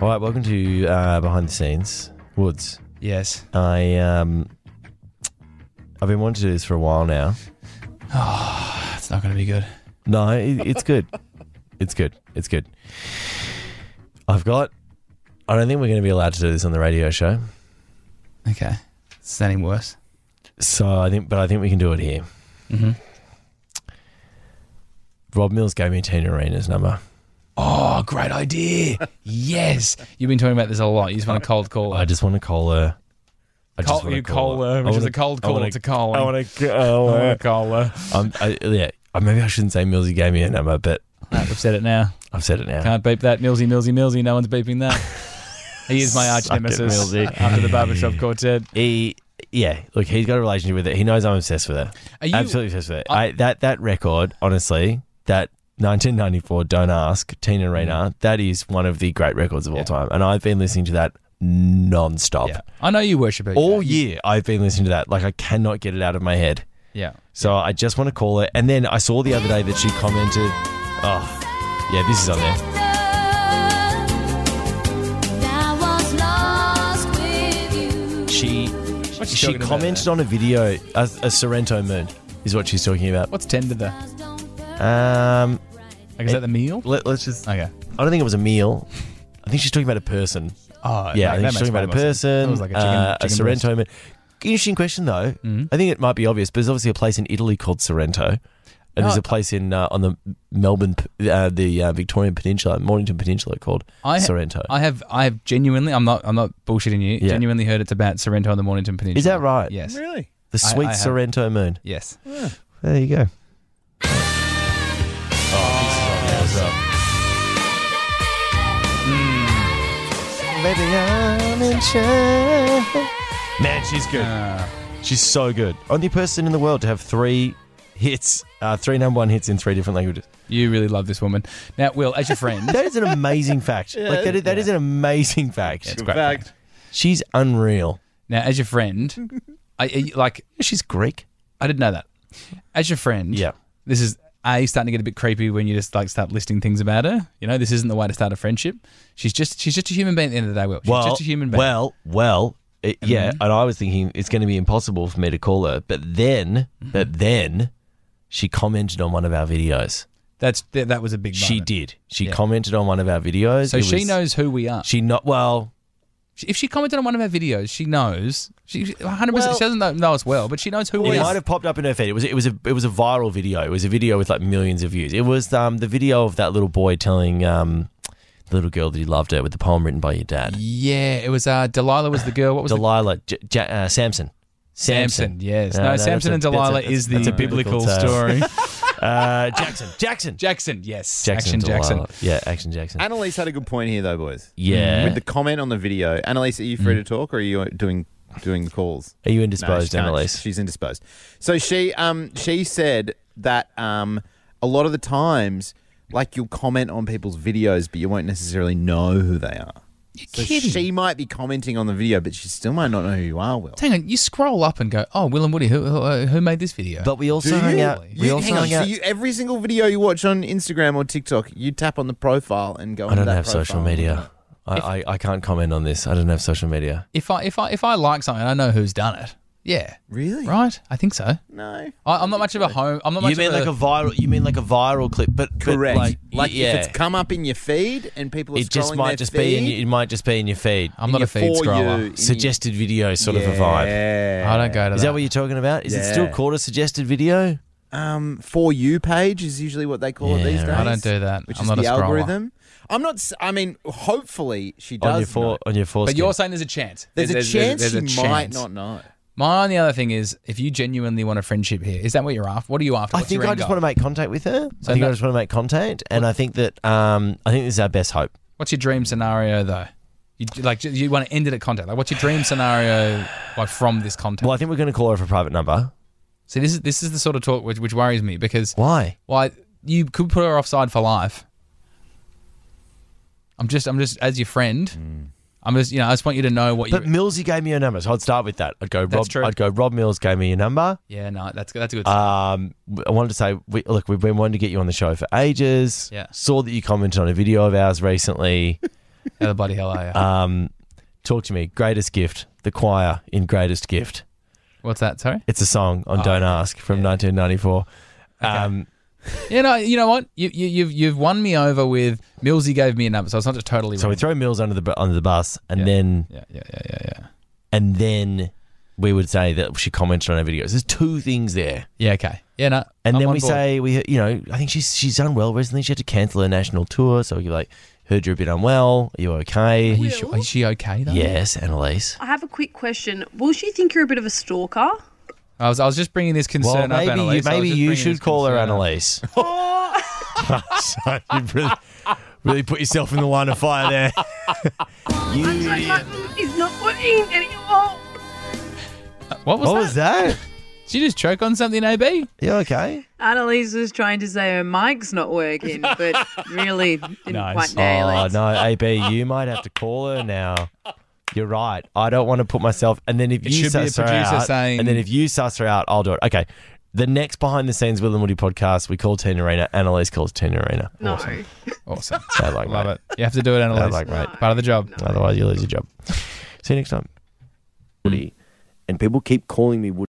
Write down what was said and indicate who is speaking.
Speaker 1: All right, welcome to uh, behind the scenes, Woods.
Speaker 2: Yes.
Speaker 1: I um, I've been wanting to do this for a while now.
Speaker 2: That's not going to be good.
Speaker 1: No, it, it's good. It's good. It's good. I've got. I don't think we're going to be allowed to do this on the radio show.
Speaker 2: Okay. It's any worse.
Speaker 1: So I think, but I think we can do it here.
Speaker 2: Mhm.
Speaker 1: Rob Mills gave me Tina Arena's number.
Speaker 2: Oh, great idea. yes. You've been talking about this a lot. You just want a cold call.
Speaker 1: I just want to call her. I
Speaker 2: Call-
Speaker 1: wanna
Speaker 2: you call her, which
Speaker 1: I
Speaker 2: is
Speaker 1: wanna-
Speaker 2: a cold
Speaker 1: I
Speaker 2: call
Speaker 1: wanna-
Speaker 2: to calling.
Speaker 1: I want to call
Speaker 2: Oh,
Speaker 1: her.
Speaker 2: caller.
Speaker 1: I'm, I, yeah, I- maybe I shouldn't say Millsy gave me a number, but
Speaker 2: No, we've said it now.
Speaker 1: I've said it now.
Speaker 2: Can't beep that. Millsy, Millsy, Millsy. No one's beeping that. He is my arch
Speaker 1: Suck it,
Speaker 2: nemesis
Speaker 1: Millsy.
Speaker 2: after the barbershop quartet.
Speaker 1: He, yeah, look, he's got a relationship with it. He knows I'm obsessed with it.
Speaker 2: Are you,
Speaker 1: Absolutely obsessed with it.
Speaker 2: I-
Speaker 1: I, that that record, honestly, that 1994 Don't Ask Tina Arena, that is one of the great records of all
Speaker 2: Mm-hmm. Yeah.
Speaker 1: time, and I've been listening to that non-stop.
Speaker 2: Yeah. I know you worship her.
Speaker 1: All
Speaker 2: yeah.
Speaker 1: year, I've been listening to that. Like, I cannot get it out of my head.
Speaker 2: Yeah.
Speaker 1: So I just want to call her. And then I saw the other day that she commented, oh, yeah, this is on there.
Speaker 3: That was lost with you.
Speaker 1: She
Speaker 2: What's
Speaker 1: she
Speaker 2: talking about
Speaker 1: commented
Speaker 2: there?
Speaker 1: on a video, a, a Sorrento moon, is what she's talking about.
Speaker 2: What's tender there?
Speaker 1: Um,
Speaker 2: Like, is that the meal?
Speaker 1: let, us just.
Speaker 2: Okay.
Speaker 1: I don't think it was a meal. I think she's talking about a person.
Speaker 2: Oh,
Speaker 1: Yeah, I
Speaker 2: that
Speaker 1: think
Speaker 2: makes
Speaker 1: she's talking about
Speaker 2: way
Speaker 1: a
Speaker 2: more sense. That
Speaker 1: person.
Speaker 2: was like a chicken,
Speaker 1: uh, a
Speaker 2: chicken breast. Mm-hmm.
Speaker 1: Sorrento moon. Interesting question though. I think it might be obvious, but there's obviously a place in Italy called Sorrento, and there's
Speaker 2: No.
Speaker 1: a place in uh, on the Melbourne, p- uh, the uh, Victorian Peninsula, Mornington Peninsula called
Speaker 2: I
Speaker 1: Sorrento.
Speaker 2: I have, I have genuinely. I'm not, I'm not bullshitting you.
Speaker 1: Yeah.
Speaker 2: Genuinely heard it's about Sorrento on the Mornington Peninsula.
Speaker 1: Is that right?
Speaker 2: Yes.
Speaker 4: Really?
Speaker 1: The
Speaker 2: I-
Speaker 1: sweet
Speaker 2: I have-
Speaker 1: Sorrento moon.
Speaker 2: Yes.
Speaker 1: There you go. Baby, I'm in charge. Man, she's good.
Speaker 2: Uh,
Speaker 1: She's so good. Only person in the world to have three hits, uh, three number one hits in three different languages.
Speaker 2: you really love this woman. Now, Will, as your friend,
Speaker 1: That is an amazing fact. Like that is, that is an amazing fact.
Speaker 2: It's
Speaker 4: In
Speaker 2: great
Speaker 4: fact,
Speaker 1: She's unreal.
Speaker 2: now as your friend, I, I like.
Speaker 1: She's Greek.
Speaker 2: I didn't know that. As your friend,
Speaker 1: Yeah.
Speaker 2: This is a starting to get a bit creepy when you just like start listing things about her. You know, this isn't the way to start a friendship. She's just, she's just a human being at the end of the day. Will, she's
Speaker 1: well,
Speaker 2: just a human being.
Speaker 1: well, well, it- yeah. And I was thinking it's going to be impossible for me to call her, but then,
Speaker 2: Mm-hmm.
Speaker 1: but then, she commented on one of our videos.
Speaker 2: That's that, that was a big.
Speaker 1: She
Speaker 2: moment.
Speaker 1: did. She
Speaker 2: Yeah.
Speaker 1: commented on one of our videos.
Speaker 2: So
Speaker 1: It
Speaker 2: she
Speaker 1: was-
Speaker 2: knows who we are.
Speaker 1: She not well.
Speaker 2: if she commented on one of our videos, she knows. She 100.
Speaker 1: Well-
Speaker 2: percent She doesn't know, know us well, but she knows who
Speaker 1: It
Speaker 2: we
Speaker 1: might
Speaker 2: are.
Speaker 1: have popped up in her feed. It was it was a it was a viral video. It was a video with like millions of views. It was um the video of that little boy telling um the little girl that he loved her with the poem written by your dad.
Speaker 2: Yeah, it was uh, Delilah was the girl. What was the
Speaker 1: Delilah, J- J- uh, Samson. Uh,
Speaker 2: Samson? Yes, no,
Speaker 1: that's
Speaker 2: Samson
Speaker 1: a-
Speaker 2: and
Speaker 1: that's a-
Speaker 2: Delilah
Speaker 1: that's a-
Speaker 2: is the
Speaker 1: that's a
Speaker 2: biblical
Speaker 1: tale.
Speaker 2: story.
Speaker 1: Uh, Jackson, Jackson,
Speaker 2: Jackson, yes,
Speaker 1: Jackson,
Speaker 2: Action
Speaker 1: and
Speaker 2: Jackson.
Speaker 1: Delilah. Yeah, Action Jackson.
Speaker 4: Annalise had a good point here, though, boys.
Speaker 1: yeah. Mm.
Speaker 4: With the comment on the video, Annalise, are you free to talk, or are you doing doing the calls?
Speaker 1: Are you
Speaker 4: No,
Speaker 1: indisposed,
Speaker 4: she can't.
Speaker 1: Annalise?
Speaker 4: She's indisposed. So she um she said that um a lot of the times, like you'll comment on people's videos, but you won't necessarily know who they are. So
Speaker 2: kidding.
Speaker 4: she might be commenting on the video, but she still might not know who you are. Will
Speaker 2: Hang on, you scroll up and go, oh, Will and Woody, who who, uh, who made this video?
Speaker 1: But we also
Speaker 4: Do
Speaker 1: hung
Speaker 4: you?
Speaker 1: out.
Speaker 4: You-
Speaker 1: We also
Speaker 4: hang on.
Speaker 1: hung
Speaker 4: So
Speaker 1: out.
Speaker 4: you, every single video you watch on Instagram or TikTok, you tap on the profile and go.
Speaker 1: I don't
Speaker 4: that
Speaker 1: have
Speaker 4: profile.
Speaker 1: social media. I, I, I can't comment on this. I don't have social media.
Speaker 2: if I if I if I like something, I know who's done it. Yeah,
Speaker 4: Really?
Speaker 2: right. I think so. I,
Speaker 4: No.
Speaker 2: I'm not much of a home. I'm not much.
Speaker 1: You mean
Speaker 2: of
Speaker 1: like a viral? You mean like a viral clip? But but
Speaker 4: Correct.
Speaker 1: like,
Speaker 4: Like,
Speaker 1: yeah.
Speaker 4: if it's come up in your feed and people are
Speaker 1: it just
Speaker 4: scrolling
Speaker 1: might
Speaker 4: their
Speaker 1: just be
Speaker 4: feed,
Speaker 1: in, it might just be in your feed.
Speaker 2: I'm not
Speaker 4: your
Speaker 2: a feed
Speaker 4: For You,
Speaker 2: scroller.
Speaker 4: in
Speaker 1: suggested video sort of a vibe.
Speaker 4: Yeah.
Speaker 2: I don't go to
Speaker 1: Is that what you're talking about? Is it still
Speaker 4: Yeah.
Speaker 1: called a suggested video?
Speaker 4: um, for you page is usually what they call it these
Speaker 1: Yeah,
Speaker 4: days.
Speaker 1: right.
Speaker 2: I don't do that.
Speaker 4: Which
Speaker 2: I'm
Speaker 4: is
Speaker 2: not
Speaker 4: the
Speaker 2: a scroller.
Speaker 4: algorithm. I'm not. s- I mean, hopefully she does.
Speaker 1: on your
Speaker 4: know.
Speaker 1: fore, on your foreskin.
Speaker 2: But you're saying there's a chance.
Speaker 4: There's, a chance
Speaker 2: there's
Speaker 4: she might not know.
Speaker 2: My only other thing is, if you genuinely want a friendship here, is that what you're after? What are you after?
Speaker 1: I
Speaker 2: What's
Speaker 1: think
Speaker 2: your
Speaker 1: I
Speaker 2: end
Speaker 1: just
Speaker 2: goal?
Speaker 1: want to make contact with her. I think I
Speaker 2: no-
Speaker 1: just want to make contact, and I think that um, I think this is our best hope.
Speaker 2: What's your dream scenario though? You like you- you want to end it at contact. Like, what's your dream scenario like from this contact?
Speaker 1: Well, I think we're going to call her for a private number.
Speaker 2: See, this is this is the sort of talk which, which worries me because
Speaker 1: Why?
Speaker 2: why you could put her offside for life. I'm just I'm just as your friend. I'm just you know I just want you to know what
Speaker 1: Hmm. But
Speaker 2: you.
Speaker 1: Millsy gave me her number, so I'd start with that. I'd go. Rob,
Speaker 2: That's true.
Speaker 1: I'd go. Rob Mills gave me your number.
Speaker 2: Yeah, no, that's good. That's a good.
Speaker 1: Um, I wanted to say, we, look, we've been wanting to get you on the show for ages.
Speaker 2: Yeah.
Speaker 1: Saw that you commented on a video of ours recently.
Speaker 2: How the bloody hell are you?
Speaker 1: Um, talk to me. Greatest gift. The choir in Greatest Gift.
Speaker 2: What's that? Sorry.
Speaker 1: It's a song on
Speaker 2: Oh,
Speaker 1: Don't
Speaker 2: okay.
Speaker 1: Ask from
Speaker 2: Yeah.
Speaker 1: 1994.
Speaker 2: Okay.
Speaker 1: Um,
Speaker 2: You know, you know what? You, you, you've you've won me over with Millsy gave me a number, so it's not just totally.
Speaker 1: so we
Speaker 2: random.
Speaker 1: throw Mills under the bu- under the bus, and
Speaker 2: Yeah.
Speaker 1: then
Speaker 2: Yeah, yeah, yeah, yeah, yeah.
Speaker 1: and then we would say that she commented on our videos. There's two things there,
Speaker 2: Yeah. Okay. Yeah. No.
Speaker 1: and
Speaker 2: I'm
Speaker 1: then
Speaker 2: on
Speaker 1: we
Speaker 2: board.
Speaker 1: say we you know I think she's she's done well recently. She had to cancel her national tour, so you're like heard you're a bit unwell. Are you okay?
Speaker 2: Are you sure- is she okay though?
Speaker 1: yes, Annalise.
Speaker 5: I have a quick question. Will she think you're a bit of a stalker?
Speaker 2: I was, I was just bringing this concern
Speaker 1: Well, maybe
Speaker 2: up.
Speaker 1: you,
Speaker 2: Annalise. I was
Speaker 1: maybe
Speaker 2: just
Speaker 1: you
Speaker 2: bringing
Speaker 1: should
Speaker 2: this
Speaker 1: call her
Speaker 2: concern up.
Speaker 1: Annalise. so you really, really put yourself in the line of fire there. you,
Speaker 5: It's not working anymore.
Speaker 2: What was
Speaker 1: what
Speaker 2: that?
Speaker 1: was that?
Speaker 2: Did you just choke on something, AB?
Speaker 1: You okay?
Speaker 5: Annalise was trying to say her mic's not working, but really didn't
Speaker 2: Nice.
Speaker 5: quite nail
Speaker 1: Oh
Speaker 5: it.
Speaker 1: no, AB, you might have to call her now. You're right. I don't want to put myself. And then if
Speaker 2: It
Speaker 1: you
Speaker 2: should be a
Speaker 1: suss her
Speaker 2: producer
Speaker 1: out,
Speaker 2: saying-
Speaker 1: and then if you suss her out, I'll do it. Okay. The next behind the scenes Will and Woody podcast, we call Tina Arena. Annalise calls Tina Arena.
Speaker 5: No.
Speaker 2: Awesome.
Speaker 1: Sound like
Speaker 2: Love
Speaker 1: mate.
Speaker 2: it. You have to do it, Annalise.
Speaker 1: Sound like mate.
Speaker 2: Part of the job.
Speaker 1: Otherwise, you lose your job. See you next time, Woody. And people keep calling me Woody.